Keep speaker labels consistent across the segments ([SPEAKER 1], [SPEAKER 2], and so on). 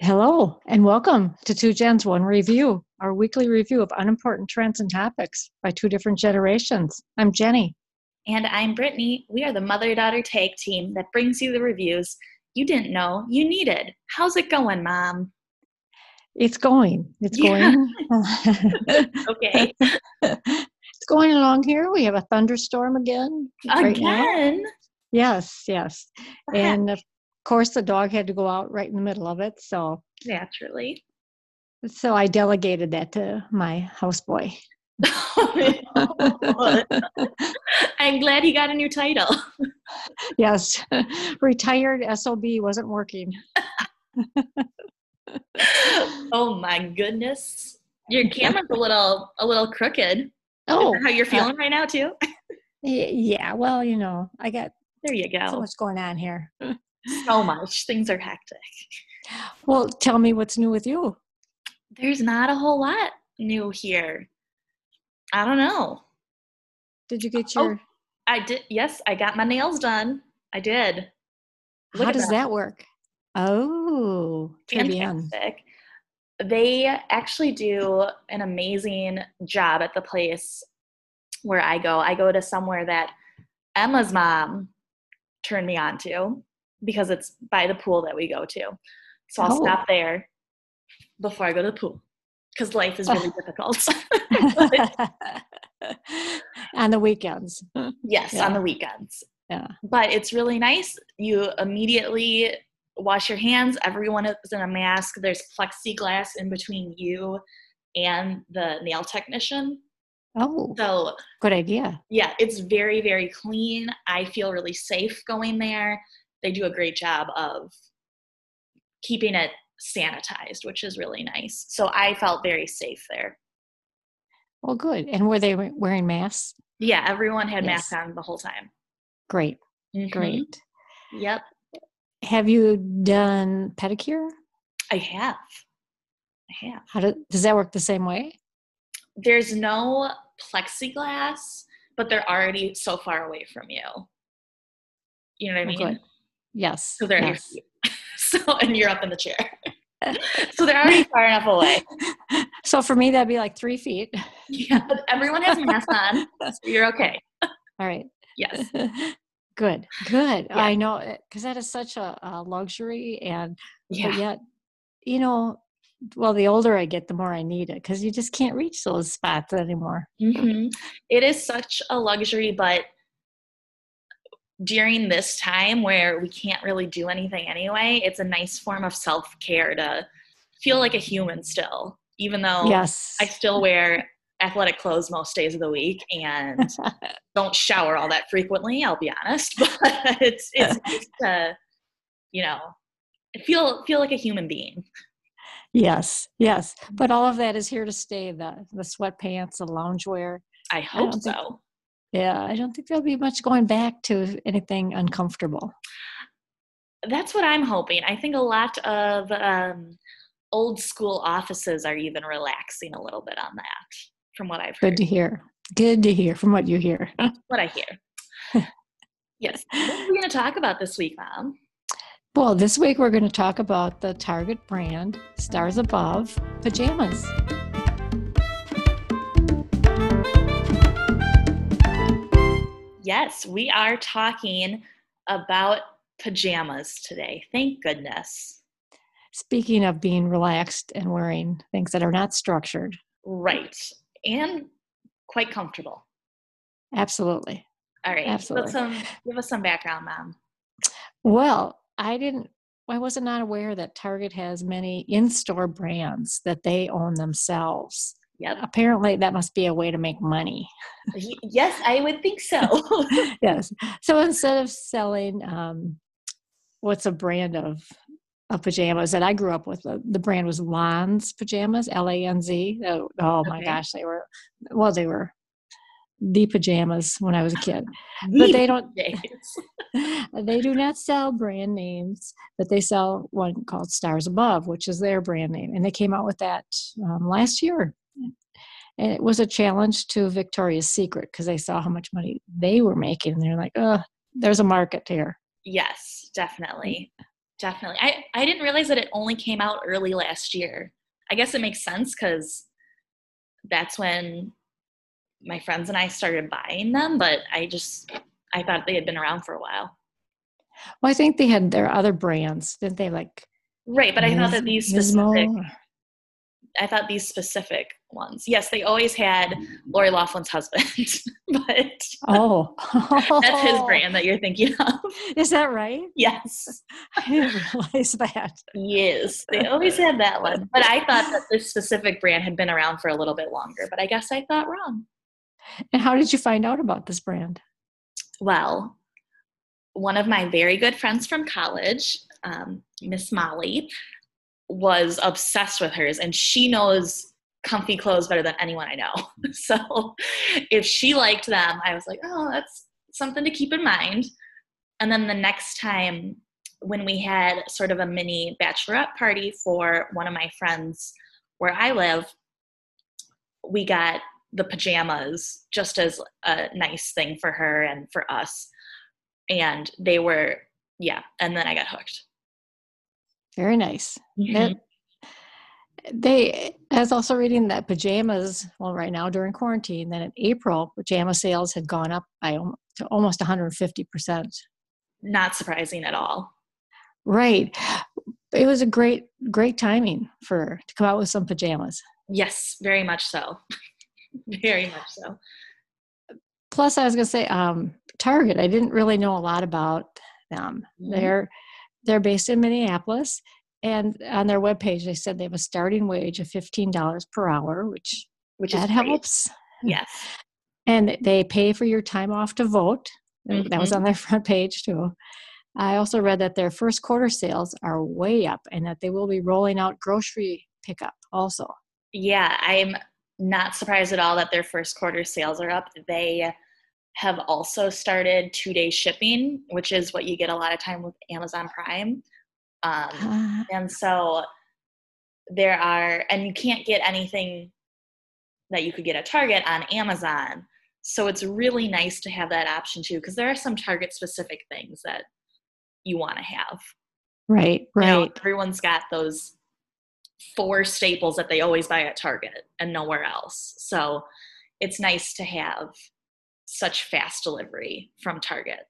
[SPEAKER 1] Hello and welcome to Two Gens One Review, our weekly review of unimportant trends and topics by two different generations. I'm Jenny.
[SPEAKER 2] And I'm Brittany. We are the mother daughter tag team that brings you the reviews you didn't know you needed. How's it going, Mom?
[SPEAKER 1] It's going. It's
[SPEAKER 2] Yeah.
[SPEAKER 1] going.
[SPEAKER 2] Okay.
[SPEAKER 1] it's going along here. We have a thunderstorm again. right now.
[SPEAKER 2] Again?
[SPEAKER 1] Yes, yes.
[SPEAKER 2] What
[SPEAKER 1] And
[SPEAKER 2] happened?
[SPEAKER 1] of course the dog had to go out right in the middle of it, so
[SPEAKER 2] Naturally.
[SPEAKER 1] so I delegated that to my houseboy.
[SPEAKER 2] I'm glad he got a new title.
[SPEAKER 1] Yes. Retired SOB wasn't working.
[SPEAKER 2] Oh my goodness. Your camera's a little a little crooked. Is
[SPEAKER 1] Oh,
[SPEAKER 2] that how you're feeling right now too?
[SPEAKER 1] Y- Yeah, well, you know, I got
[SPEAKER 2] There you
[SPEAKER 1] so
[SPEAKER 2] go.
[SPEAKER 1] much going on here.
[SPEAKER 2] So much. Things are hectic.
[SPEAKER 1] Well, tell me what's new with you.
[SPEAKER 2] There's not a whole lot new here. I don't know.
[SPEAKER 1] Did you get
[SPEAKER 2] Oh,
[SPEAKER 1] your?
[SPEAKER 2] I did yes, I got my nails done. I did. look
[SPEAKER 1] how
[SPEAKER 2] at
[SPEAKER 1] does
[SPEAKER 2] that.
[SPEAKER 1] that. work? Oh, très bien.
[SPEAKER 2] fantastic. They actually do an amazing job at the place where I go. I go to somewhere that Emma's mom turned me on to because it's by the pool that we go to. So I'll
[SPEAKER 1] Oh.
[SPEAKER 2] stop there before I go to the pool because life is really difficult.
[SPEAKER 1] On the weekends.
[SPEAKER 2] yes,
[SPEAKER 1] Yeah.
[SPEAKER 2] on the weekends.
[SPEAKER 1] Yeah.
[SPEAKER 2] But it's really nice. You immediately wash your hands. Everyone is in a mask. There's plexiglass in between you and the nail technician.
[SPEAKER 1] Oh,
[SPEAKER 2] So,
[SPEAKER 1] good idea.
[SPEAKER 2] yeah, it's very, very clean. I feel really safe going there. They do a great job of keeping it sanitized, which is really nice. So, I felt very safe there.
[SPEAKER 1] Well, good. And were they we- wearing masks?
[SPEAKER 2] Yeah, everyone had
[SPEAKER 1] Yes.
[SPEAKER 2] masks on the whole time.
[SPEAKER 1] Great,
[SPEAKER 2] Mhm.
[SPEAKER 1] great.
[SPEAKER 2] Yep,
[SPEAKER 1] Have you done pedicure?
[SPEAKER 2] I have. I have.
[SPEAKER 1] How do, does that work the same way?
[SPEAKER 2] there's no plexiglass, but they're already so far away from you. You know what I
[SPEAKER 1] Oh,
[SPEAKER 2] mean?
[SPEAKER 1] good. Yes.
[SPEAKER 2] So they're at your
[SPEAKER 1] yes.
[SPEAKER 2] feet. So and you're up in the chair. so they're already far enough away.
[SPEAKER 1] So for me, that'd be like three feet.
[SPEAKER 2] Yeah, but everyone has masks on, so you're okay.
[SPEAKER 1] All right.
[SPEAKER 2] Yes.
[SPEAKER 1] good good
[SPEAKER 2] Yeah.
[SPEAKER 1] i know because that is such a, a luxury and
[SPEAKER 2] Yeah.
[SPEAKER 1] but yet you know well the older i get the more i need it because you just can't reach those spots anymore
[SPEAKER 2] Mhm. It is such a luxury, but during this time where we can't really do anything anyway, it's a nice form of self care to feel like a human still, even though
[SPEAKER 1] yes
[SPEAKER 2] I still wear athletic clothes most days of the week and don't shower all that frequently, I'll be honest. But it's it's just uh, you know, feel feel like a human being.
[SPEAKER 1] yes yes
[SPEAKER 2] Mm-hmm.
[SPEAKER 1] but all of that is here to stay the the sweatpants the loungewear
[SPEAKER 2] I hope
[SPEAKER 1] don't think-
[SPEAKER 2] so.
[SPEAKER 1] yeah i don't think there'll be much going back to anything uncomfortable
[SPEAKER 2] That's what I'm hoping. I think a lot of um, old school offices are even relaxing a little bit on that, from what I've
[SPEAKER 1] good
[SPEAKER 2] heard.
[SPEAKER 1] to hear good to hear from what you hear
[SPEAKER 2] What I hear. yes. What are we gonna talk about this week, Mom?
[SPEAKER 1] well this week we're going to talk about the target brand stars above pajamas
[SPEAKER 2] Yes, we are talking about pajamas today. Thank goodness.
[SPEAKER 1] Speaking of being relaxed and wearing things that are not structured,
[SPEAKER 2] Right. And quite comfortable.
[SPEAKER 1] absolutely.
[SPEAKER 2] All right.
[SPEAKER 1] Absolutely.
[SPEAKER 2] Let's um, give us some background, Mom.
[SPEAKER 1] Well, I didn't, I was not aware that Target has many in store brands that they own themselves.
[SPEAKER 2] Yep.
[SPEAKER 1] Apparently, that must be a way to make money.
[SPEAKER 2] Y- yes, I would think so.
[SPEAKER 1] yes. So instead of selling, um, what's a brand of, of pajamas that I grew up with, the, the brand was Lanz pajamas, L A N Z. Oh, oh my
[SPEAKER 2] Okay.
[SPEAKER 1] gosh, they were, well, they were the pajamas when I was a kid.
[SPEAKER 2] These
[SPEAKER 1] but they don't
[SPEAKER 2] days.
[SPEAKER 1] they do not sell brand names but they sell one called stars above which is their brand name and they came out with that um, last year and it was a challenge to victoria's secret because they saw how much money they were making and they're like oh there's a market here
[SPEAKER 2] Yes, definitely. Definitely. I, I didn't realize that it only came out early last year. I guess it makes sense because that's when my friends and I started buying them, but I just I thought they had been around for a while.
[SPEAKER 1] Well, I think they had their other brands, didn't they? Like
[SPEAKER 2] Right, but I thought that these
[SPEAKER 1] Nismo?
[SPEAKER 2] specific I thought these specific ones. Yes, they always had Lori Laughlin's husband, but
[SPEAKER 1] Oh,
[SPEAKER 2] that's his brand that you're thinking of.
[SPEAKER 1] Is that right?
[SPEAKER 2] Yes.
[SPEAKER 1] I didn't realize that.
[SPEAKER 2] Yes. They always had that one. But I thought that this specific brand had been around for a little bit longer, but I guess I thought wrong.
[SPEAKER 1] And how did you find out about this brand?
[SPEAKER 2] Well, one of my very good friends from college, um, Miss Molly, was obsessed with hers, and she knows comfy clothes better than anyone I know. so if she liked them, I was like, oh, that's something to keep in mind. And then the next time, when we had sort of a mini bachelorette party for one of my friends where I live, we got the pajamas just as a nice thing for her and for us. And they were, yeah. And then I got hooked.
[SPEAKER 1] Very nice. That-
[SPEAKER 2] Mm-hmm.
[SPEAKER 1] they, I was also reading that pajamas, well, right now during quarantine, then in April, pajama sales had gone up by al- to almost 150%.
[SPEAKER 2] Not surprising at all.
[SPEAKER 1] Right. It was a great, great timing for to come out with some pajamas.
[SPEAKER 2] Yes, very much so. very much so.
[SPEAKER 1] Plus, I was going to say, um, Target, I didn't really know a lot about them.
[SPEAKER 2] Mm-hmm.
[SPEAKER 1] They're they're based in Minneapolis, and on their webpage they said they have a starting wage of fifteen dollars per hour, which
[SPEAKER 2] Which is
[SPEAKER 1] that
[SPEAKER 2] great.
[SPEAKER 1] helps.
[SPEAKER 2] Yes.
[SPEAKER 1] And they pay for your time off to vote. That was on their front page too. I also read that their first quarter sales are way up, and that they will be rolling out grocery pickup also.
[SPEAKER 2] Yeah, I'm not surprised at all that their first quarter sales are up. They have also started two day shipping, which is what you get a lot of time with Amazon Prime. Um,
[SPEAKER 1] Ah,
[SPEAKER 2] And so there are, and you can't get anything that you could get at Target on Amazon. So it's really nice to have that option too, because there are some Target specific things that you want to have.
[SPEAKER 1] right,
[SPEAKER 2] You know,
[SPEAKER 1] right.
[SPEAKER 2] everyone's got those four staples that they always buy at Target and nowhere else. So it's nice to have such fast delivery from Target.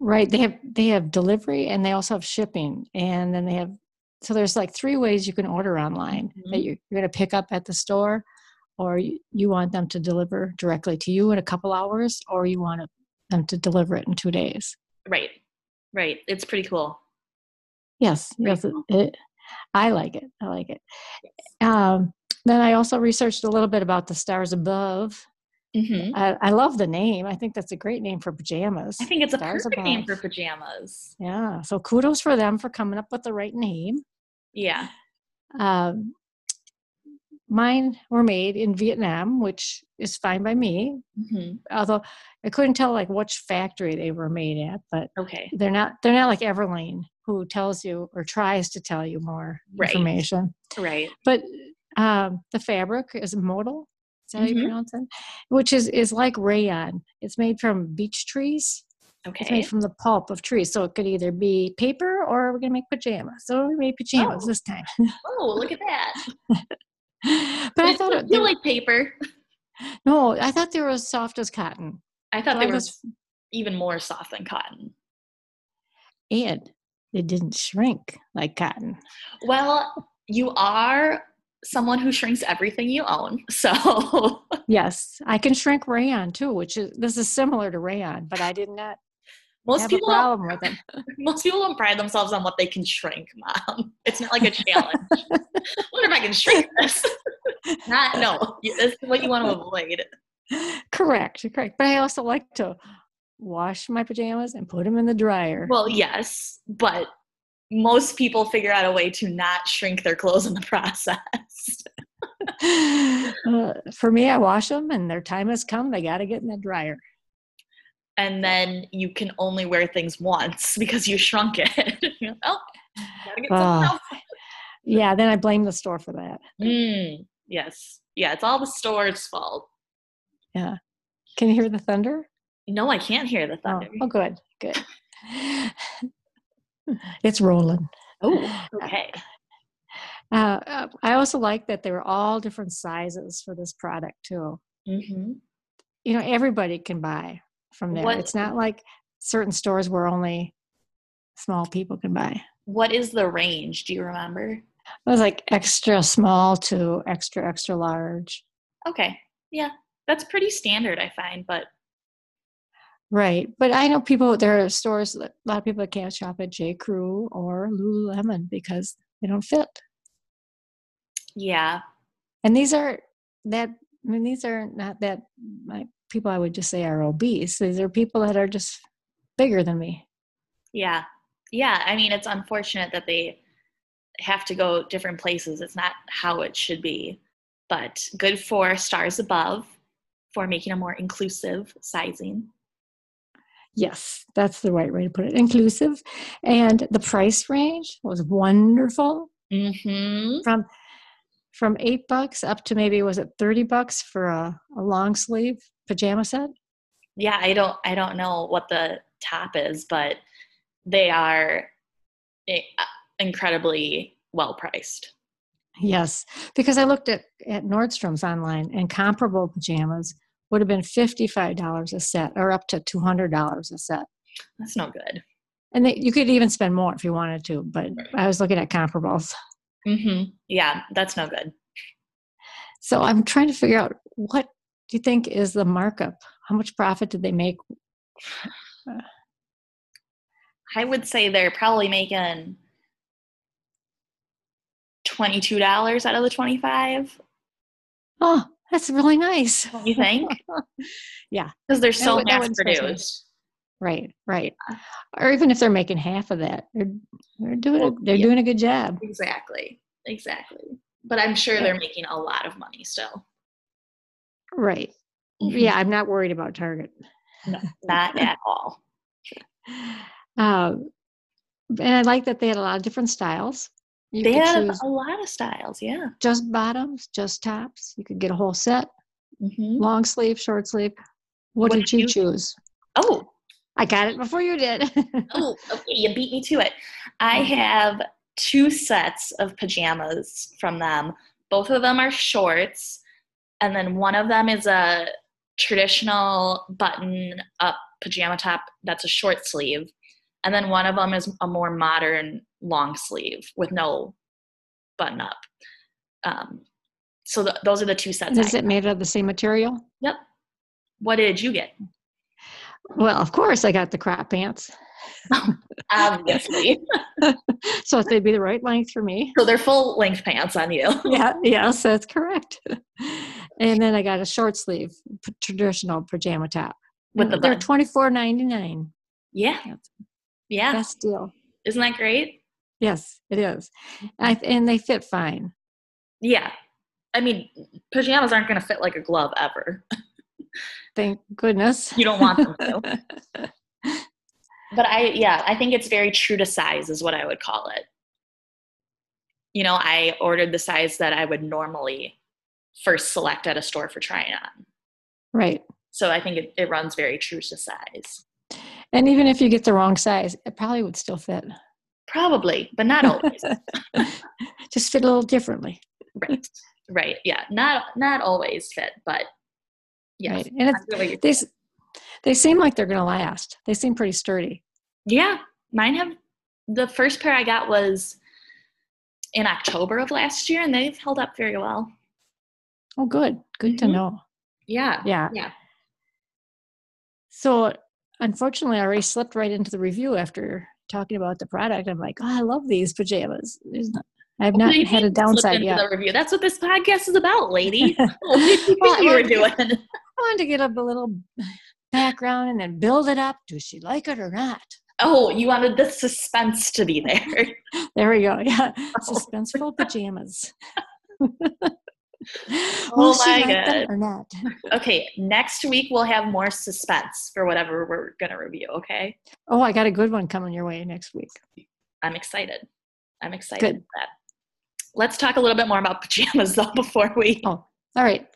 [SPEAKER 1] Right. They have they have delivery and they also have shipping. And then they have so there's like three ways you can order online that you're, you're going to pick up at the store or you, you want them to deliver directly to you in a couple hours or you want them to deliver it in two days.
[SPEAKER 2] Right, right. It's pretty cool.
[SPEAKER 1] Yes.
[SPEAKER 2] Pretty
[SPEAKER 1] Yes. it- it- I like it. I like it. Um, then I also researched a little bit about the stars above.
[SPEAKER 2] Mm-hmm.
[SPEAKER 1] I, I love the name. I think that's a great name for pajamas.
[SPEAKER 2] I think it's a
[SPEAKER 1] Stars
[SPEAKER 2] perfect name for
[SPEAKER 1] above.
[SPEAKER 2] pajamas.
[SPEAKER 1] Yeah. So kudos for them for coming up with the right name.
[SPEAKER 2] Yeah.
[SPEAKER 1] Um, mine were made in Vietnam, which is fine by me.
[SPEAKER 2] hmm
[SPEAKER 1] Although I couldn't tell like which factory they were made at, but
[SPEAKER 2] Okay.
[SPEAKER 1] they're not they're not like Everlane who tells you or tries to tell you more
[SPEAKER 2] Right.
[SPEAKER 1] information.
[SPEAKER 2] Right.
[SPEAKER 1] But um, the fabric is modal. Is that how
[SPEAKER 2] Mhm.
[SPEAKER 1] you pronounce it? Which is is like rayon. It's made from beech trees. It's
[SPEAKER 2] Okay.
[SPEAKER 1] made from the pulp of trees, so it could either be paper or we're gonna make pajamas. So we made pajamas
[SPEAKER 2] Oh.
[SPEAKER 1] this time.
[SPEAKER 2] Oh, look at that.
[SPEAKER 1] but I
[SPEAKER 2] They
[SPEAKER 1] thought
[SPEAKER 2] still
[SPEAKER 1] it- they
[SPEAKER 2] feel like paper.
[SPEAKER 1] No, I thought they were as soft as cotton.
[SPEAKER 2] I thought
[SPEAKER 1] So
[SPEAKER 2] they
[SPEAKER 1] I
[SPEAKER 2] were
[SPEAKER 1] was-
[SPEAKER 2] even more soft than cotton.
[SPEAKER 1] and they didn't shrink like cotton.
[SPEAKER 2] Well, you are someone who shrinks everything you own. So
[SPEAKER 1] Yes, I can shrink rayon too, which is this is similar to rayon, but I did not
[SPEAKER 2] most
[SPEAKER 1] have a
[SPEAKER 2] people don't,
[SPEAKER 1] problem with it.
[SPEAKER 2] most people don't pride themselves on what they can shrink, mom. It's not like a challenge. Wonder if I can shrink this. not no. You- This is what you want to avoid.
[SPEAKER 1] correct, correct. But I also like to wash my pajamas and put them in the dryer.
[SPEAKER 2] Well, yes, but most people figure out a way to not shrink their clothes in the process.
[SPEAKER 1] Uh, for me, I wash them, and their time has come. They got to get in the dryer.
[SPEAKER 2] and then you can only wear things once because you shrunk it. You're like, oh, gotta get something
[SPEAKER 1] Ah.
[SPEAKER 2] else.
[SPEAKER 1] Yeah, then I blame the store for that.
[SPEAKER 2] Mm, yes, yeah, it's all the store's fault.
[SPEAKER 1] Can you hear the thunder?
[SPEAKER 2] No, I can't hear the
[SPEAKER 1] Oh,
[SPEAKER 2] thunder.
[SPEAKER 1] oh good, good. It's Roland.
[SPEAKER 2] Oh, okay.
[SPEAKER 1] Uh, I also like that they were all different sizes for this product too.
[SPEAKER 2] Mm-hmm.
[SPEAKER 1] You know, everybody can buy from there.
[SPEAKER 2] What-
[SPEAKER 1] It's not like certain stores where only small people can buy.
[SPEAKER 2] What is the range? Do you remember?
[SPEAKER 1] It was like extra small to extra extra large.
[SPEAKER 2] Okay. Yeah. That's pretty standard, I find, but
[SPEAKER 1] Right, but I know people. There are stores. A lot of people that can't shop at J. Crew or Lululemon because they don't fit.
[SPEAKER 2] yeah.
[SPEAKER 1] And these are that. I mean, these are not that like, people. I would just say are obese. These are people that are just bigger than me.
[SPEAKER 2] Yeah. Yeah. I mean, it's unfortunate that they have to go different places. It's not how it should be, but good for stars above for making a more inclusive sizing.
[SPEAKER 1] Yes, that's the right way to put it. Inclusive, and the price range was wonderful
[SPEAKER 2] Mm-hmm.
[SPEAKER 1] from eight bucks up to maybe was it thirty bucks for a, a long sleeve pajama set.
[SPEAKER 2] Yeah. I don't, I don't know what the top is, but they are i- incredibly well priced.
[SPEAKER 1] Yes, because I looked at, at Nordstrom's online and comparable pajamas would have been $55 a set or up to $200 a set.
[SPEAKER 2] That's no good.
[SPEAKER 1] And they, you could even spend more if you wanted to, but I was looking at comparables.
[SPEAKER 2] Mm-hmm. Yeah. That's no good.
[SPEAKER 1] So I'm trying to figure out what do you think is the markup? How much profit did they make?
[SPEAKER 2] I would say they're probably making twenty-two dollars out of the twenty-five.
[SPEAKER 1] Oh, that's really nice.
[SPEAKER 2] You think?
[SPEAKER 1] Yeah.
[SPEAKER 2] because they're
[SPEAKER 1] That
[SPEAKER 2] so
[SPEAKER 1] would- that
[SPEAKER 2] mass
[SPEAKER 1] wouldn't surprise me.
[SPEAKER 2] produced.
[SPEAKER 1] Right, right. Or even if they're making half of that, they're, they're doing a,
[SPEAKER 2] Well,
[SPEAKER 1] they're
[SPEAKER 2] yeah.
[SPEAKER 1] doing a good job.
[SPEAKER 2] Exactly, exactly. But I'm sure they're making a lot of money still.
[SPEAKER 1] Right.
[SPEAKER 2] Mm-hmm.
[SPEAKER 1] Yeah, I'm not worried about Target.
[SPEAKER 2] not at all.
[SPEAKER 1] Uh, and I like that they had a lot of different styles. You
[SPEAKER 2] They
[SPEAKER 1] could
[SPEAKER 2] have
[SPEAKER 1] choose
[SPEAKER 2] a lot of styles. Yeah.
[SPEAKER 1] just bottoms, just tops. You could get a whole set,
[SPEAKER 2] Mm-hmm.
[SPEAKER 1] long sleeve, short sleeve. What, did, you choose?
[SPEAKER 2] Oh,
[SPEAKER 1] I got it before you did.
[SPEAKER 2] oh, okay. You beat me to it. I have two sets of pajamas from them. Both of them are shorts, and then one of them is a traditional button up pajama top that's a short sleeve. And then one of them is a more modern long sleeve with no button up. Um, so th- those are the two sets.
[SPEAKER 1] Is
[SPEAKER 2] I,
[SPEAKER 1] it made out of the same material?
[SPEAKER 2] what did you get?
[SPEAKER 1] Well, of course, I got the crop pants.
[SPEAKER 2] Obviously.
[SPEAKER 1] So if they'd be the right length for me.
[SPEAKER 2] so they're full length pants on you.
[SPEAKER 1] Yeah, yes, that's correct. And then I got a short sleeve, p- traditional pajama top.
[SPEAKER 2] With the
[SPEAKER 1] They're
[SPEAKER 2] button.
[SPEAKER 1] twenty four ninety nine.
[SPEAKER 2] Yeah.
[SPEAKER 1] That's-
[SPEAKER 2] Yeah.
[SPEAKER 1] Best deal.
[SPEAKER 2] Isn't that great?
[SPEAKER 1] Yes, it is. I, th- and they fit fine.
[SPEAKER 2] Yeah. I mean, pajamas aren't going to fit like a glove ever.
[SPEAKER 1] Thank goodness.
[SPEAKER 2] You don't want them to. But I, yeah, I think it's very true to size, is what I would call it. You know, I ordered the size that I would normally first select at a store for trying on.
[SPEAKER 1] right.
[SPEAKER 2] So I think it, it runs very true to size.
[SPEAKER 1] And even if you get the wrong size, it probably would still fit.
[SPEAKER 2] Probably, but not always.
[SPEAKER 1] Just fit a little differently.
[SPEAKER 2] right. Right. Yeah. Not not always fit, but yes.
[SPEAKER 1] Right. And
[SPEAKER 2] I feel what you're
[SPEAKER 1] it's, they, s- they seem like they're going to last. They seem pretty sturdy.
[SPEAKER 2] Yeah, mine have the first pair I got was in October of last year, and they've held up very well.
[SPEAKER 1] Oh, good. Good to
[SPEAKER 2] Mhm.
[SPEAKER 1] know.
[SPEAKER 2] Yeah,
[SPEAKER 1] Yeah.
[SPEAKER 2] Yeah.
[SPEAKER 1] So, unfortunately, I already slipped right into the review after talking about the product. I'm like, oh, I love these pajamas. There's not- I've
[SPEAKER 2] What
[SPEAKER 1] not
[SPEAKER 2] do you
[SPEAKER 1] had a
[SPEAKER 2] mean, slip
[SPEAKER 1] downside
[SPEAKER 2] into
[SPEAKER 1] yet.
[SPEAKER 2] the review. That's what this podcast is about, lady. what do you think
[SPEAKER 1] Well,
[SPEAKER 2] you were
[SPEAKER 1] well,
[SPEAKER 2] doing?
[SPEAKER 1] I wanted to get up a little background and then build it up. Does she like it or not?
[SPEAKER 2] Oh, you wanted the suspense to be there.
[SPEAKER 1] There we go. Yeah.
[SPEAKER 2] Oh.
[SPEAKER 1] Suspenseful pajamas.
[SPEAKER 2] Oh
[SPEAKER 1] Will she
[SPEAKER 2] my
[SPEAKER 1] like them
[SPEAKER 2] God.
[SPEAKER 1] or not?
[SPEAKER 2] Okay, next week we'll have more suspense for whatever we're gonna review. Okay,
[SPEAKER 1] Oh, I got a good one coming your way next week.
[SPEAKER 2] I'm excited. I'm excited
[SPEAKER 1] Good.
[SPEAKER 2] for that. Let's talk a little bit more about pajamas though before we.
[SPEAKER 1] Oh. All right.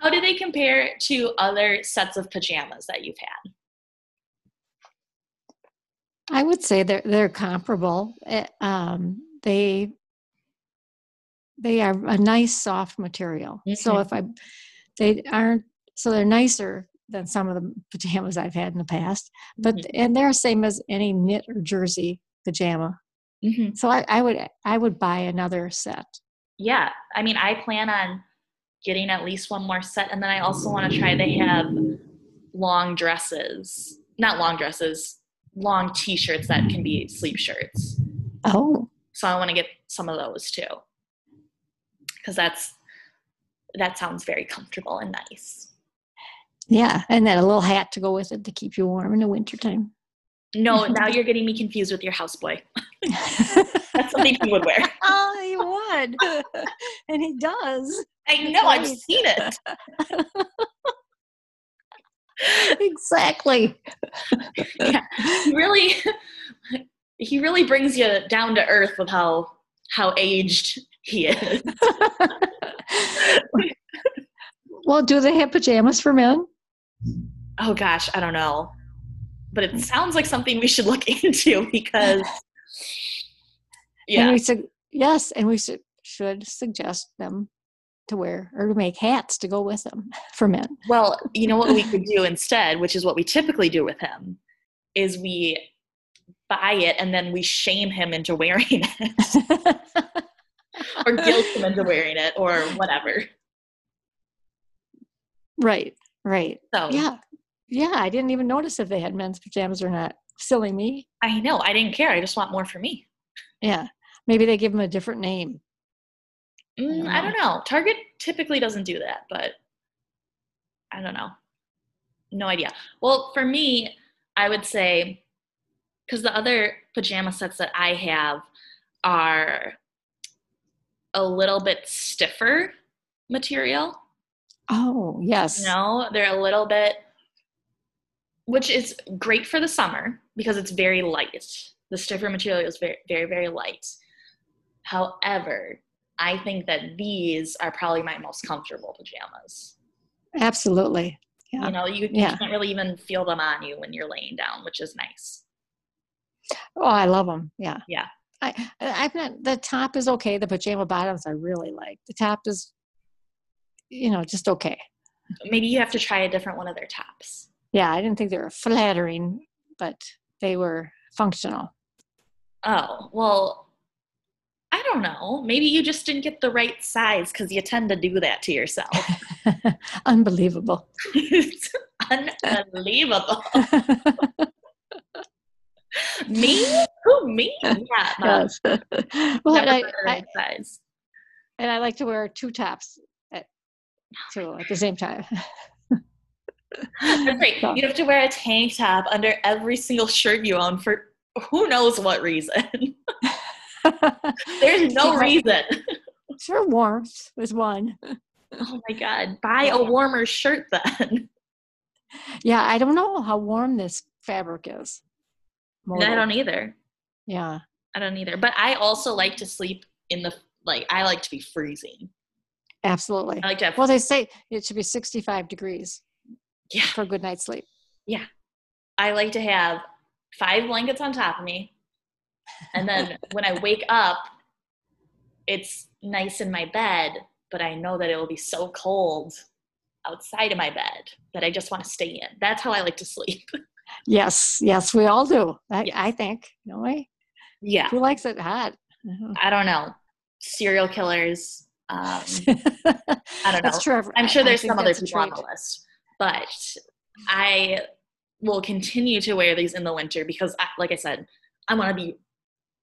[SPEAKER 2] How do they compare to other sets of pajamas that you've had?
[SPEAKER 1] I would say they're they're comparable. Eh, Um, they they are a nice soft material. So
[SPEAKER 2] Mhm.
[SPEAKER 1] if I they aren't so they're nicer than some of the pajamas I've had in the past. But
[SPEAKER 2] Mhm.
[SPEAKER 1] and they're same as any knit or jersey pajama.
[SPEAKER 2] Mhm.
[SPEAKER 1] So I, I would I would buy another set.
[SPEAKER 2] Yeah. I mean, I plan on getting at least one more set. And then I also want to try, they have long dresses, not long dresses, long t shirts that can be sleep shirts.
[SPEAKER 1] Oh,
[SPEAKER 2] So I want to get some of those too. Because that's, that sounds very comfortable and nice.
[SPEAKER 1] yeah, and then a little hat to go with it to keep you warm in the wintertime.
[SPEAKER 2] No, now you're getting me confused with your houseboy. That's something he would wear.
[SPEAKER 1] oh, he would, and he does.
[SPEAKER 2] I know, I've seen it.
[SPEAKER 1] exactly.
[SPEAKER 2] Yeah. He really he really brings you down to earth with how how aged he is.
[SPEAKER 1] well, do they have pajamas for men?
[SPEAKER 2] Oh gosh, I don't know. But it sounds like something we should look into because
[SPEAKER 1] And
[SPEAKER 2] yeah,
[SPEAKER 1] we said yes, and we should, should suggest them to wear or to make hats to go with them for men.
[SPEAKER 2] well, you know what we could do instead, which is what we typically do with him, is we buy it and then we shame him into wearing it or guilt him into wearing it or whatever.
[SPEAKER 1] right, right.
[SPEAKER 2] So
[SPEAKER 1] Yeah, yeah. I didn't even notice if they had men's pajamas or not. Silly me.
[SPEAKER 2] I know, I didn't care. I just want more for me.
[SPEAKER 1] Yeah. Maybe they give them a different name.
[SPEAKER 2] Mm,
[SPEAKER 1] don't
[SPEAKER 2] I don't know. Target typically doesn't do that, but I don't know. No idea. Well, for me, I would say because the other pajama sets that I have are a little bit stiffer material.
[SPEAKER 1] Oh, yes.
[SPEAKER 2] You know, they're a little bit, which is great for the summer because it's very light. The stiffer material is very, very, very light. However, I think that these are probably my most comfortable pajamas.
[SPEAKER 1] Absolutely. Yeah.
[SPEAKER 2] You know, you, you
[SPEAKER 1] Yeah.
[SPEAKER 2] can't really even feel them on you when you're laying down, which is nice.
[SPEAKER 1] Oh, I love them. Yeah.
[SPEAKER 2] Yeah.
[SPEAKER 1] I I- I've not the top is okay. The pajama bottoms I really like. The top is, you know, just okay.
[SPEAKER 2] Maybe you have to try a different one of their tops.
[SPEAKER 1] Yeah, I didn't think they were flattering, but they were functional.
[SPEAKER 2] Oh, well, I don't know. Maybe you just didn't get the right size because you tend to do that to yourself.
[SPEAKER 1] Unbelievable.
[SPEAKER 2] it's unbelievable. Uh-huh. me? Who me? Yeah, mom.
[SPEAKER 1] Yes. well, and I,
[SPEAKER 2] Never
[SPEAKER 1] I
[SPEAKER 2] heard size.
[SPEAKER 1] and I like to wear two tops at too at the same time.
[SPEAKER 2] That's right.
[SPEAKER 1] So-
[SPEAKER 2] You have to wear a tank top under every single shirt you own for who knows what reason. There's no
[SPEAKER 1] Yeah.
[SPEAKER 2] reason.
[SPEAKER 1] It's for warmth was one.
[SPEAKER 2] Oh my god. Buy a warmer shirt then.
[SPEAKER 1] Yeah, I don't know how warm this fabric is.
[SPEAKER 2] And I
[SPEAKER 1] Modal.
[SPEAKER 2] don't either.
[SPEAKER 1] Yeah.
[SPEAKER 2] I don't either. But I also like to sleep in the like I like to be freezing.
[SPEAKER 1] Absolutely.
[SPEAKER 2] I like to have
[SPEAKER 1] Well, they say it should be 65 degrees
[SPEAKER 2] yeah.
[SPEAKER 1] for a good night's sleep.
[SPEAKER 2] I like to have five blankets on top of me. And then when I wake up, it's nice in my bed, but I know that it will be so cold outside of my bed that I just want to stay in. That's how I like to sleep.
[SPEAKER 1] Yes, yes, we all do. I,
[SPEAKER 2] Yes.
[SPEAKER 1] I think. No way.
[SPEAKER 2] Yeah.
[SPEAKER 1] Who likes it hot? I
[SPEAKER 2] I don't know. Serial killers. Um,
[SPEAKER 1] don't know.
[SPEAKER 2] know.
[SPEAKER 1] That's true. I've-
[SPEAKER 2] I'm sure
[SPEAKER 1] I- I
[SPEAKER 2] there's
[SPEAKER 1] think
[SPEAKER 2] some other
[SPEAKER 1] that's a
[SPEAKER 2] people on the
[SPEAKER 1] treat.
[SPEAKER 2] list, but I will continue to wear these in the winter because, I, like I said, I want to be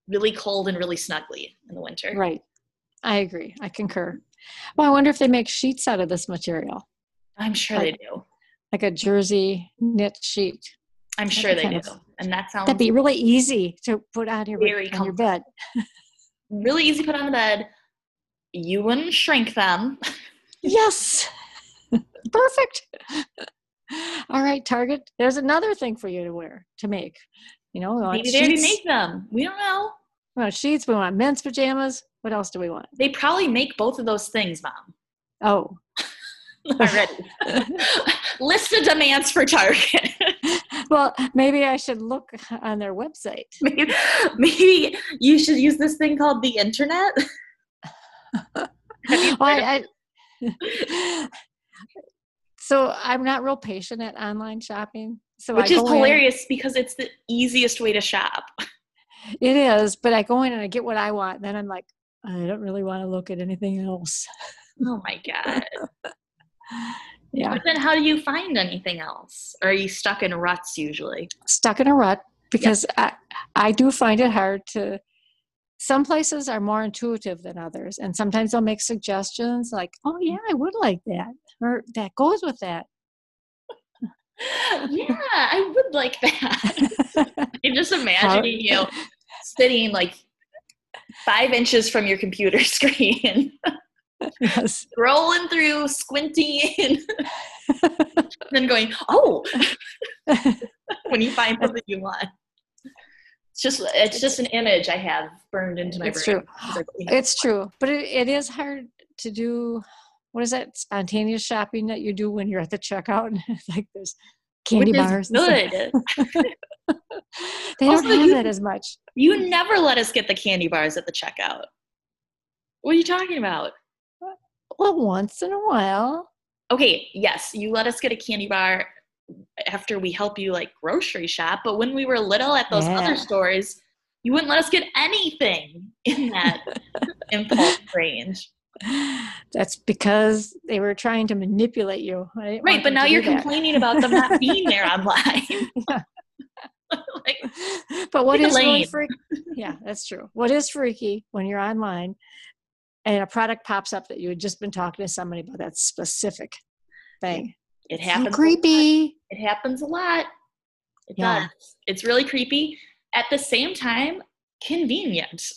[SPEAKER 2] really cold and really snuggly in the winter.
[SPEAKER 1] Right. I agree. I concur. Well, I wonder if they make sheets out of this material,
[SPEAKER 2] I'm sure they
[SPEAKER 1] Like-
[SPEAKER 2] do.
[SPEAKER 1] like a jersey knit sheet.
[SPEAKER 2] I'm sure they
[SPEAKER 1] kind
[SPEAKER 2] do.
[SPEAKER 1] of-
[SPEAKER 2] And that sounds
[SPEAKER 1] That'd be really easy to put on your,
[SPEAKER 2] Um, Very
[SPEAKER 1] on your bed.
[SPEAKER 2] really easy to put on the bed. You wouldn't shrink them.
[SPEAKER 1] Yes. Perfect. All right, Target. There's another thing for you to wear to make. You know, we want
[SPEAKER 2] Maybe they already
[SPEAKER 1] sheets.
[SPEAKER 2] make them. We don't know.
[SPEAKER 1] we want sheets. We want men's pajamas. What else do we want?
[SPEAKER 2] They probably make both of those things, Mom.
[SPEAKER 1] Oh,
[SPEAKER 2] already. List of demands for Target.
[SPEAKER 1] well, maybe I should look on their website.
[SPEAKER 2] maybe, maybe you should use this thing called the internet.
[SPEAKER 1] Well, I- I- so I'm not real patient at online shopping. So
[SPEAKER 2] Which
[SPEAKER 1] I
[SPEAKER 2] is
[SPEAKER 1] go in-
[SPEAKER 2] hilarious because it's the easiest way to shop.
[SPEAKER 1] it is, but I go in and I get what I want. Then I'm like, I don't really want to look at anything else.
[SPEAKER 2] Oh my god.
[SPEAKER 1] Yeah,
[SPEAKER 2] But then how do you find anything else? Or are you stuck in ruts usually?
[SPEAKER 1] stuck in a rut because I I do find it hard to. Some places are more intuitive than others, and sometimes they'll make suggestions like, "Oh yeah, I would like that," or "That goes with that."
[SPEAKER 2] yeah, I would like that. I'm just imagining you sitting like five inches from your computer screen,
[SPEAKER 1] yes.
[SPEAKER 2] rolling through, squinting in, then going, oh, when you find something you want. It's just it's just an image I have burned into my
[SPEAKER 1] It's
[SPEAKER 2] brain.
[SPEAKER 1] true.
[SPEAKER 2] It's like, you know,
[SPEAKER 1] It's true, but it, it is hard to do. What is that spontaneous shopping that you do when you're at the checkout? It's like there's candy
[SPEAKER 2] which
[SPEAKER 1] bars.
[SPEAKER 2] is
[SPEAKER 1] and stuff.
[SPEAKER 2] good.
[SPEAKER 1] They don't
[SPEAKER 2] Also,
[SPEAKER 1] have
[SPEAKER 2] you-
[SPEAKER 1] that as much.
[SPEAKER 2] You never let us get the candy bars at the checkout. What are you talking about?
[SPEAKER 1] Well, once in a while.
[SPEAKER 2] Okay, yes, you let us get a candy bar after we help you like grocery shop, but when we were little at those
[SPEAKER 1] Yeah.
[SPEAKER 2] other stores, you wouldn't let us get anything in that impulse range.
[SPEAKER 1] That's because they were trying to manipulate you. I didn't
[SPEAKER 2] Right,
[SPEAKER 1] want
[SPEAKER 2] but
[SPEAKER 1] them
[SPEAKER 2] now
[SPEAKER 1] to do
[SPEAKER 2] you're
[SPEAKER 1] that.
[SPEAKER 2] complaining about them not being there online.
[SPEAKER 1] Yeah.
[SPEAKER 2] like,
[SPEAKER 1] but what
[SPEAKER 2] Pick a
[SPEAKER 1] is really
[SPEAKER 2] lane.
[SPEAKER 1] freaky? Yeah, that's true. What is freaky when you're online and a product pops up that you had just been talking to somebody about that specific thing?
[SPEAKER 2] it
[SPEAKER 1] So
[SPEAKER 2] happens. a lot.
[SPEAKER 1] creepy.
[SPEAKER 2] It happens a lot. It
[SPEAKER 1] Yeah.
[SPEAKER 2] does. It's really creepy. At the same time, convenient.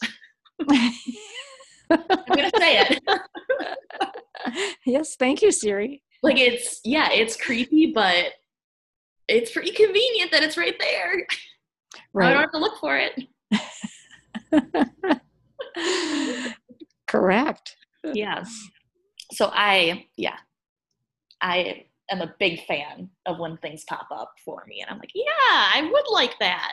[SPEAKER 2] I'm gonna say it.
[SPEAKER 1] yes, thank you, Siri.
[SPEAKER 2] Like it's yeah, it's creepy, but it's pretty convenient that it's right there. I don't
[SPEAKER 1] Right.
[SPEAKER 2] have to look for it. Uh-huh.
[SPEAKER 1] Correct.
[SPEAKER 2] Yeah. So I yeah, I am a big fan of when things pop up for me, and I'm like, yeah, I would like that.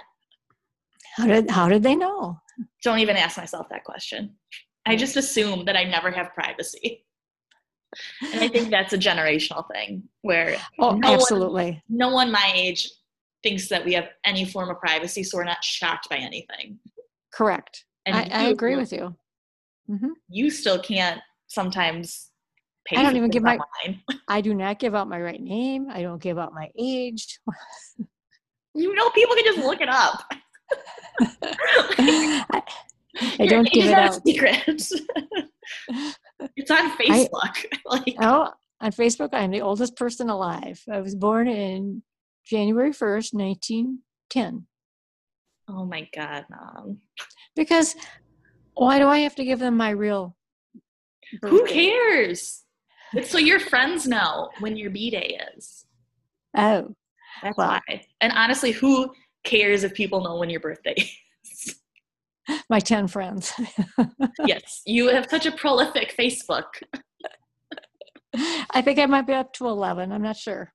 [SPEAKER 1] How did how did they know?
[SPEAKER 2] Don't even ask myself that question. I just assume that I never have privacy, and I think that's a generational thing where
[SPEAKER 1] Oh,
[SPEAKER 2] no one-
[SPEAKER 1] absolutely.
[SPEAKER 2] no one my age thinks that we have any form of privacy, so we're not shocked by anything.
[SPEAKER 1] Correct.
[SPEAKER 2] And
[SPEAKER 1] I, I
[SPEAKER 2] you-
[SPEAKER 1] agree with you. Mhm.
[SPEAKER 2] You still can't sometimes. Pay
[SPEAKER 1] I don't
[SPEAKER 2] for
[SPEAKER 1] even
[SPEAKER 2] things
[SPEAKER 1] give my-
[SPEAKER 2] online.
[SPEAKER 1] I do not give out my right name. I don't give out my age.
[SPEAKER 2] You know, people can just look it up.
[SPEAKER 1] I, I
[SPEAKER 2] Your
[SPEAKER 1] don't
[SPEAKER 2] age
[SPEAKER 1] give
[SPEAKER 2] is
[SPEAKER 1] it
[SPEAKER 2] not a
[SPEAKER 1] out.
[SPEAKER 2] secret. it's on Facebook. like,
[SPEAKER 1] Oh, on Facebook, I am the oldest person alive. I was born in January 1st, 1910.
[SPEAKER 2] oh my god, mom.
[SPEAKER 1] Because why do I have to give them my real?
[SPEAKER 2] Who
[SPEAKER 1] birthday?
[SPEAKER 2] cares? It's so your friends know when your B day is.
[SPEAKER 1] Oh,
[SPEAKER 2] That's
[SPEAKER 1] Well.
[SPEAKER 2] why. And honestly, who cares if people know when your birthday is?
[SPEAKER 1] my 10 friends.
[SPEAKER 2] yes, you have such a prolific Facebook.
[SPEAKER 1] I think I might be up to 11. I'm not sure.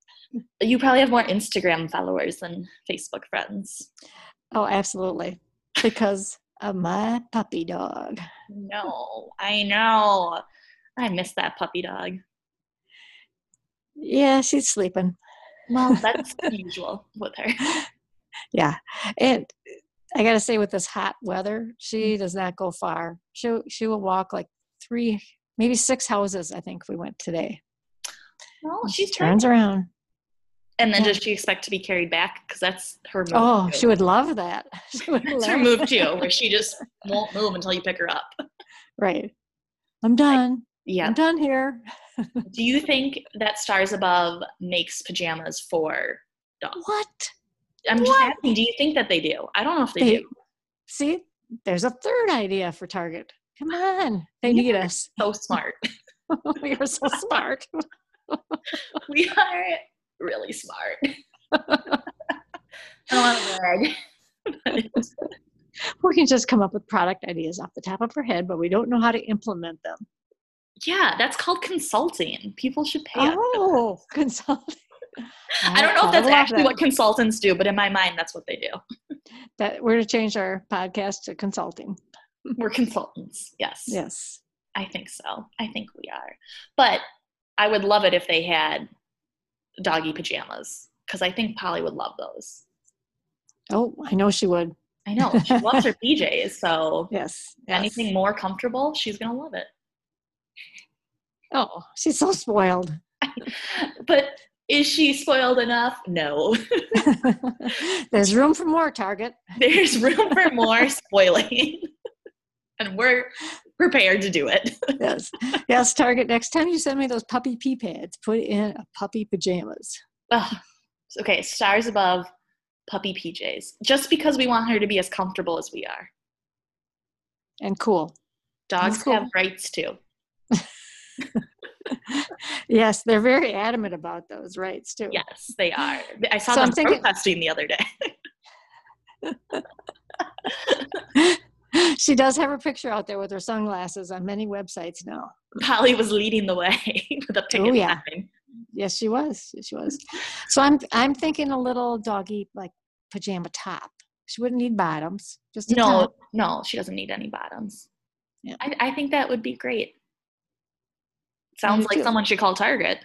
[SPEAKER 2] You probably have more Instagram followers than Facebook friends.
[SPEAKER 1] Oh, absolutely. Because of my puppy dog.
[SPEAKER 2] No, I know. I miss that puppy dog.
[SPEAKER 1] Yeah, she's sleeping.
[SPEAKER 2] Well, that's usual with her.
[SPEAKER 1] Yeah. And I got to say, with this hot weather, she does not go far. She, she will walk like three, maybe six houses, I think we went today.
[SPEAKER 2] Well,
[SPEAKER 1] And
[SPEAKER 2] she turns
[SPEAKER 1] turns around.
[SPEAKER 2] And then
[SPEAKER 1] Yeah.
[SPEAKER 2] does she expect to be carried back? Because that's her move.
[SPEAKER 1] Oh,
[SPEAKER 2] too.
[SPEAKER 1] she would love that. She would
[SPEAKER 2] that's her
[SPEAKER 1] love-
[SPEAKER 2] move too, where she just won't move until you pick her up.
[SPEAKER 1] Right. I'm done.
[SPEAKER 2] Yeah.
[SPEAKER 1] I'm done here.
[SPEAKER 2] Do you think that Stars Above makes pajamas for?
[SPEAKER 1] What?
[SPEAKER 2] I'm just
[SPEAKER 1] What?
[SPEAKER 2] asking. Do you think that they do? I don't know if they,
[SPEAKER 1] They-
[SPEAKER 2] do.
[SPEAKER 1] See, there's a third idea for Target. Come on. They need us.
[SPEAKER 2] So smart.
[SPEAKER 1] we are so smart.
[SPEAKER 2] we are really smart. I want to brag.
[SPEAKER 1] We can just come up with product ideas off the top of our head, but we don't know how to implement them.
[SPEAKER 2] Yeah, that's called consulting. People should pay. us.
[SPEAKER 1] Oh, consulting.
[SPEAKER 2] I don't know if that's
[SPEAKER 1] love
[SPEAKER 2] actually
[SPEAKER 1] that.
[SPEAKER 2] what consultants do, but in my mind, that's what they do.
[SPEAKER 1] that we're to change our podcast to consulting.
[SPEAKER 2] We're consultants. Yes.
[SPEAKER 1] Yes.
[SPEAKER 2] I think so. I think we are. But I would love it if they had doggy pajamas because I think Polly would love those.
[SPEAKER 1] Oh, I know she would.
[SPEAKER 2] I know she loves her PJs, so
[SPEAKER 1] Yes. yes.
[SPEAKER 2] anything more comfortable, she's gonna love it.
[SPEAKER 1] Oh, she's so spoiled.
[SPEAKER 2] But is she spoiled enough? No.
[SPEAKER 1] There's room for more, Target.
[SPEAKER 2] There's room for more spoiling, and we're prepared to do it.
[SPEAKER 1] Yes. Yes, Target. Next time you send me those puppy pee pads, put in a puppy pajamas.
[SPEAKER 2] Ugh. Okay, stars above, puppy PJs. Just because we want her to be as comfortable as we are.
[SPEAKER 1] And cool.
[SPEAKER 2] Dogs
[SPEAKER 1] That's cool.
[SPEAKER 2] have rights too.
[SPEAKER 1] Yes, they're very adamant about those rights too.
[SPEAKER 2] Yes, they are. I saw
[SPEAKER 1] So I'm
[SPEAKER 2] them
[SPEAKER 1] thinking-
[SPEAKER 2] protesting the other day.
[SPEAKER 1] She does have her picture out there with her sunglasses on many websites now.
[SPEAKER 2] Polly was leading the way with a picket
[SPEAKER 1] Oh, yeah.
[SPEAKER 2] sign.
[SPEAKER 1] Yes, she was. Yes, She was. So I'm I'm thinking a little doggy like pajama top. She wouldn't need bottoms. Just a
[SPEAKER 2] No,
[SPEAKER 1] top.
[SPEAKER 2] no, she doesn't need any bottoms.
[SPEAKER 1] Yeah.
[SPEAKER 2] I, I think that would be great. Sounds
[SPEAKER 1] do
[SPEAKER 2] like
[SPEAKER 1] too.
[SPEAKER 2] someone should call Target.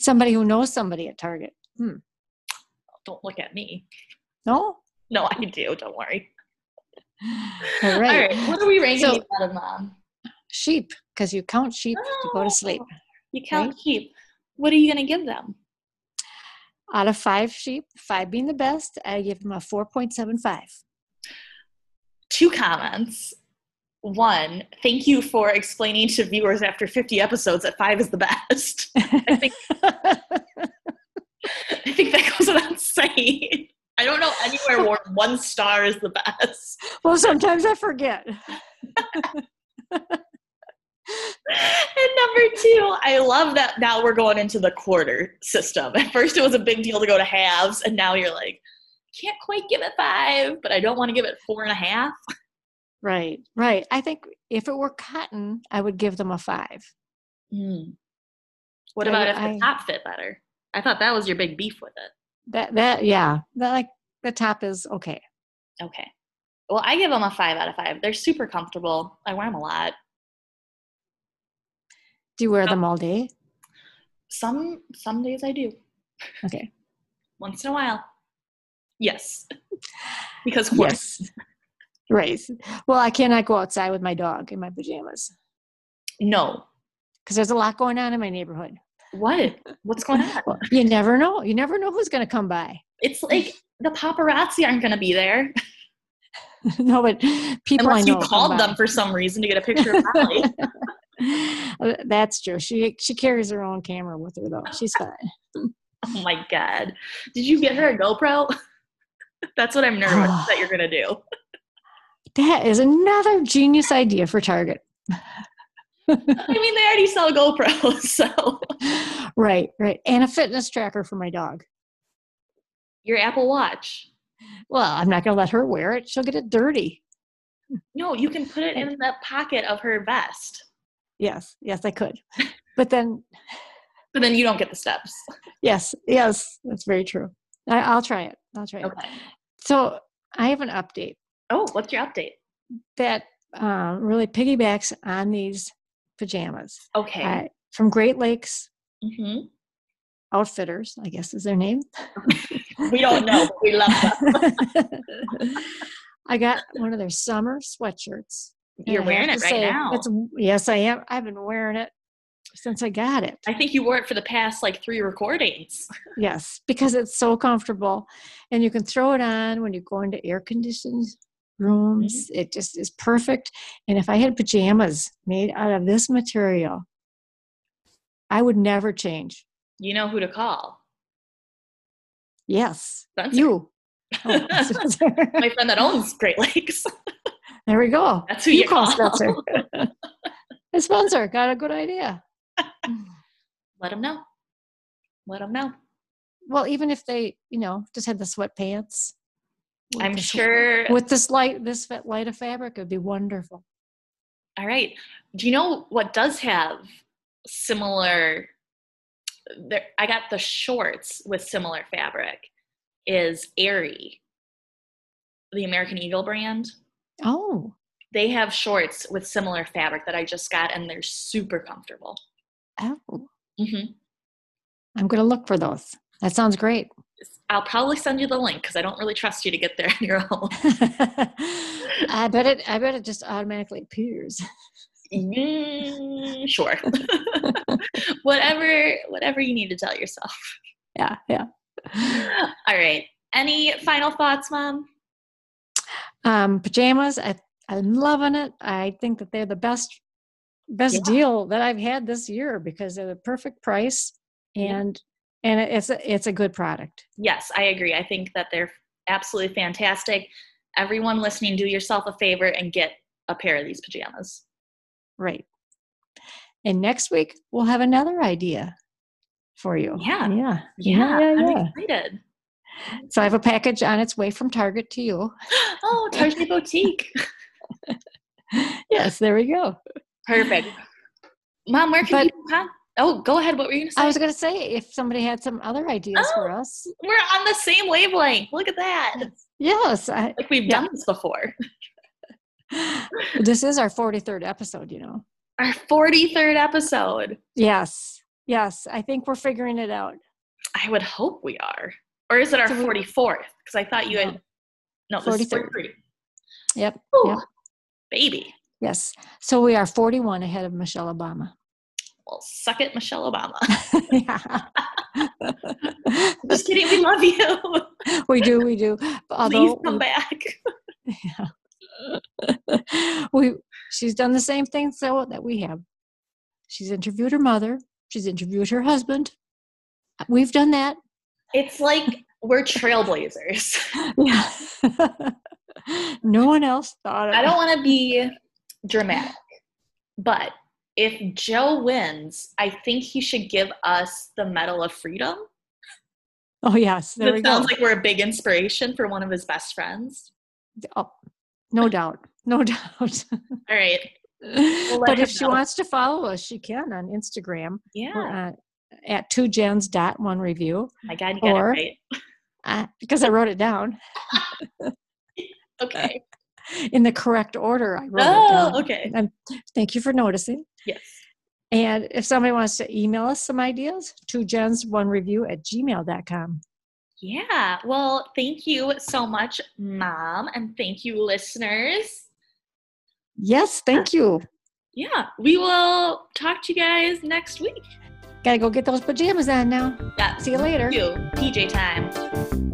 [SPEAKER 1] Somebody who knows somebody at Target. Hmm.
[SPEAKER 2] Don't look at me.
[SPEAKER 1] No.
[SPEAKER 2] No, I do. Don't worry.
[SPEAKER 1] All right.
[SPEAKER 2] All right. What are we ranking
[SPEAKER 1] So-
[SPEAKER 2] these out of, Mom?
[SPEAKER 1] Sheep, because you count sheep to go
[SPEAKER 2] Oh.
[SPEAKER 1] to sleep.
[SPEAKER 2] You count sheep. What are you going to give them?
[SPEAKER 1] Out of five sheep, five being the best, I give them a 4.75.
[SPEAKER 2] two comments. One, thank you for explaining to viewers after 50 episodes that five is the best. I think I think that goes without saying. I don't know anywhere where one star is the best.
[SPEAKER 1] well, sometimes I forget.
[SPEAKER 2] And number two, I love that now we're going into the quarter system. At first, it was a big deal to go to halves, and now you're like, can't quite give it five, but I don't want to give it four and a half.
[SPEAKER 1] Right, right. I think if it were cotton, I would give them a five.
[SPEAKER 2] Hmm. What
[SPEAKER 1] I-
[SPEAKER 2] about if
[SPEAKER 1] I-
[SPEAKER 2] the top fit better? I thought that was your big beef with it.
[SPEAKER 1] That, that, yeah, that, like the top is okay.
[SPEAKER 2] Okay. Well, I give them a five out of five. They're super comfortable. I wear them a lot.
[SPEAKER 1] Do you wear
[SPEAKER 2] Yep.
[SPEAKER 1] them all day?
[SPEAKER 2] Some some days I do.
[SPEAKER 1] Okay.
[SPEAKER 2] Once in a while. Yes. Because quarter.
[SPEAKER 1] Yes. Right. Well, I cannot go outside with my dog in my pajamas
[SPEAKER 2] No.
[SPEAKER 1] because there's a lot going on in my neighborhood.
[SPEAKER 2] What? What's going on?
[SPEAKER 1] Well, you never know. You never know who's going to come by.
[SPEAKER 2] It's like the paparazzi aren't going to be there
[SPEAKER 1] no, but people I
[SPEAKER 2] unless you
[SPEAKER 1] know come
[SPEAKER 2] called
[SPEAKER 1] by.
[SPEAKER 2] them for some reason to get a picture of Molly.
[SPEAKER 1] Uh, That's true. She she carries her own camera with her though. She's fine.
[SPEAKER 2] oh my god! Did you get her a GoPro? That's what I'm nervous that you're going to do.
[SPEAKER 1] That is another genius idea for Target.
[SPEAKER 2] I mean, they already sell GoPros, so
[SPEAKER 1] Right, right. And a fitness tracker for my dog.
[SPEAKER 2] your Apple Watch.
[SPEAKER 1] Well, I'm not going to let her wear it. She'll get it dirty.
[SPEAKER 2] No, you can put it in the pocket of her vest.
[SPEAKER 1] Yes, yes, I could. But then,
[SPEAKER 2] But then you don't get the steps.
[SPEAKER 1] yes, yes, that's very true. I, I'll try it. I'll try it.
[SPEAKER 2] Okay.
[SPEAKER 1] So I have an update
[SPEAKER 2] Oh, what's your update?
[SPEAKER 1] that um, really piggybacks on these pajamas
[SPEAKER 2] Okay.
[SPEAKER 1] I- from Great Lakes
[SPEAKER 2] Mhm.
[SPEAKER 1] Outfitters, I guess is their name.
[SPEAKER 2] We don't know, but we love them.
[SPEAKER 1] I got one of their summer sweatshirts. and
[SPEAKER 2] You're
[SPEAKER 1] I
[SPEAKER 2] wearing
[SPEAKER 1] have
[SPEAKER 2] it
[SPEAKER 1] to
[SPEAKER 2] right
[SPEAKER 1] say,
[SPEAKER 2] now.
[SPEAKER 1] it's- yes, I am. I've been wearing it since I got it.
[SPEAKER 2] I think you wore it for the past like three recordings.
[SPEAKER 1] Yes, because it's so comfortable, and you can throw it on when you go into air conditioned rooms.
[SPEAKER 2] Mm-hmm.
[SPEAKER 1] It just is perfect. And if I had pajamas made out of this material, I would never change.
[SPEAKER 2] You know who to call.
[SPEAKER 1] Yes,
[SPEAKER 2] Spencer.
[SPEAKER 1] you. Oh, Spencer.
[SPEAKER 2] My friend that owns Great Lakes.
[SPEAKER 1] there we go.
[SPEAKER 2] That's who you call.
[SPEAKER 1] Spencer. Hey, Spencer, got a good idea.
[SPEAKER 2] Let him know. Let him know.
[SPEAKER 1] Well, even if they, you know, just had the sweatpants. with
[SPEAKER 2] I'm
[SPEAKER 1] the sw-
[SPEAKER 2] sure.
[SPEAKER 1] With this light, this fa- light of fabric, it would be wonderful.
[SPEAKER 2] All right. Do you know what does have similar? There, I got the shorts with similar fabric. Is Aerie, the American Eagle brand?
[SPEAKER 1] Oh,
[SPEAKER 2] They have shorts with similar fabric that I just got, and they're super comfortable.
[SPEAKER 1] oh,
[SPEAKER 2] hmm
[SPEAKER 1] I'm going to look for those. That sounds great.
[SPEAKER 2] I'll probably send you the link because I don't really trust you to get there on your own.
[SPEAKER 1] I bet it. I bet it just automatically appears.
[SPEAKER 2] Mm, sure. whatever, whatever you need to tell yourself.
[SPEAKER 1] Yeah, yeah.
[SPEAKER 2] All right. Any final thoughts, Mom?
[SPEAKER 1] Um, pajamas. I, I'm loving it. I think that they're the best, best
[SPEAKER 2] Yeah.
[SPEAKER 1] deal that I've had this year because they're the perfect price
[SPEAKER 2] Yeah.
[SPEAKER 1] and and it's a, it's a good product.
[SPEAKER 2] Yes, I agree. I think that they're absolutely fantastic. Everyone listening, do yourself a favor and get a pair of these pajamas.
[SPEAKER 1] Right. And next week we'll have another idea for you.
[SPEAKER 2] Yeah.
[SPEAKER 1] Yeah. yeah,
[SPEAKER 2] Yeah,
[SPEAKER 1] yeah.
[SPEAKER 2] I'm excited.
[SPEAKER 1] So I have a package on its way from Target to you.
[SPEAKER 2] Oh, Target Boutique.
[SPEAKER 1] yes, there we go.
[SPEAKER 2] Perfect. Mom, where
[SPEAKER 1] But-
[SPEAKER 2] can you? Huh? Oh, go ahead. What were you going to say?
[SPEAKER 1] I Oh. was going to say if somebody had some other ideas for us.
[SPEAKER 2] we're on the same wavelength. Look at that.
[SPEAKER 1] Yes, I,
[SPEAKER 2] Like we've
[SPEAKER 1] Yeah.
[SPEAKER 2] done this before.
[SPEAKER 1] this is our 43rd episode, you know.
[SPEAKER 2] Our 43rd episode.
[SPEAKER 1] Yes. Yes, I think we're figuring it out.
[SPEAKER 2] I would hope we are. Or is it our
[SPEAKER 1] So we-
[SPEAKER 2] 44th? Because I thought you had. No, this is
[SPEAKER 1] 43rd.
[SPEAKER 2] 43.
[SPEAKER 1] Yep.
[SPEAKER 2] Ooh,
[SPEAKER 1] yep.
[SPEAKER 2] Baby.
[SPEAKER 1] Yes. So we are 41 ahead of Michelle Obama.
[SPEAKER 2] Well, suck it, Michelle Obama.
[SPEAKER 1] Yeah.
[SPEAKER 2] Just kidding. We love you.
[SPEAKER 1] we do, we do.
[SPEAKER 2] Please
[SPEAKER 1] Although
[SPEAKER 2] come back.
[SPEAKER 1] we she's done the same thing so that we have she's interviewed her mother she's interviewed her husband we've done that
[SPEAKER 2] It's like we're trailblazers.
[SPEAKER 1] yeah no one else thought of
[SPEAKER 2] I don't want to be dramatic, but if Joe wins, I think he should give us the Medal of Freedom.
[SPEAKER 1] oh yes there we
[SPEAKER 2] It sounds
[SPEAKER 1] go
[SPEAKER 2] like we're a big inspiration for one of his best friends.
[SPEAKER 1] oh, no doubt no doubt
[SPEAKER 2] All right. let
[SPEAKER 1] but
[SPEAKER 2] him
[SPEAKER 1] if she
[SPEAKER 2] know.
[SPEAKER 1] wants to follow us she can on instagram We're
[SPEAKER 2] Yeah.
[SPEAKER 1] on- at two gens dot one review
[SPEAKER 2] My God, you got
[SPEAKER 1] Or-
[SPEAKER 2] it right.
[SPEAKER 1] uh, because i wrote it down
[SPEAKER 2] Okay.
[SPEAKER 1] in the correct order i wrote it down
[SPEAKER 2] Oh, okay.
[SPEAKER 1] thank you for noticing
[SPEAKER 2] Yes.
[SPEAKER 1] And if somebody wants to email us some ideas, two gens, one review at gmail.com.
[SPEAKER 2] Yeah. Well, thank you so much, Mom, and thank you, listeners.
[SPEAKER 1] Yes, thank you.
[SPEAKER 2] Yeah, we will talk to you guys next week.
[SPEAKER 1] Gotta go get those pajamas on now.
[SPEAKER 2] That's
[SPEAKER 1] See you later.
[SPEAKER 2] you. PJ time.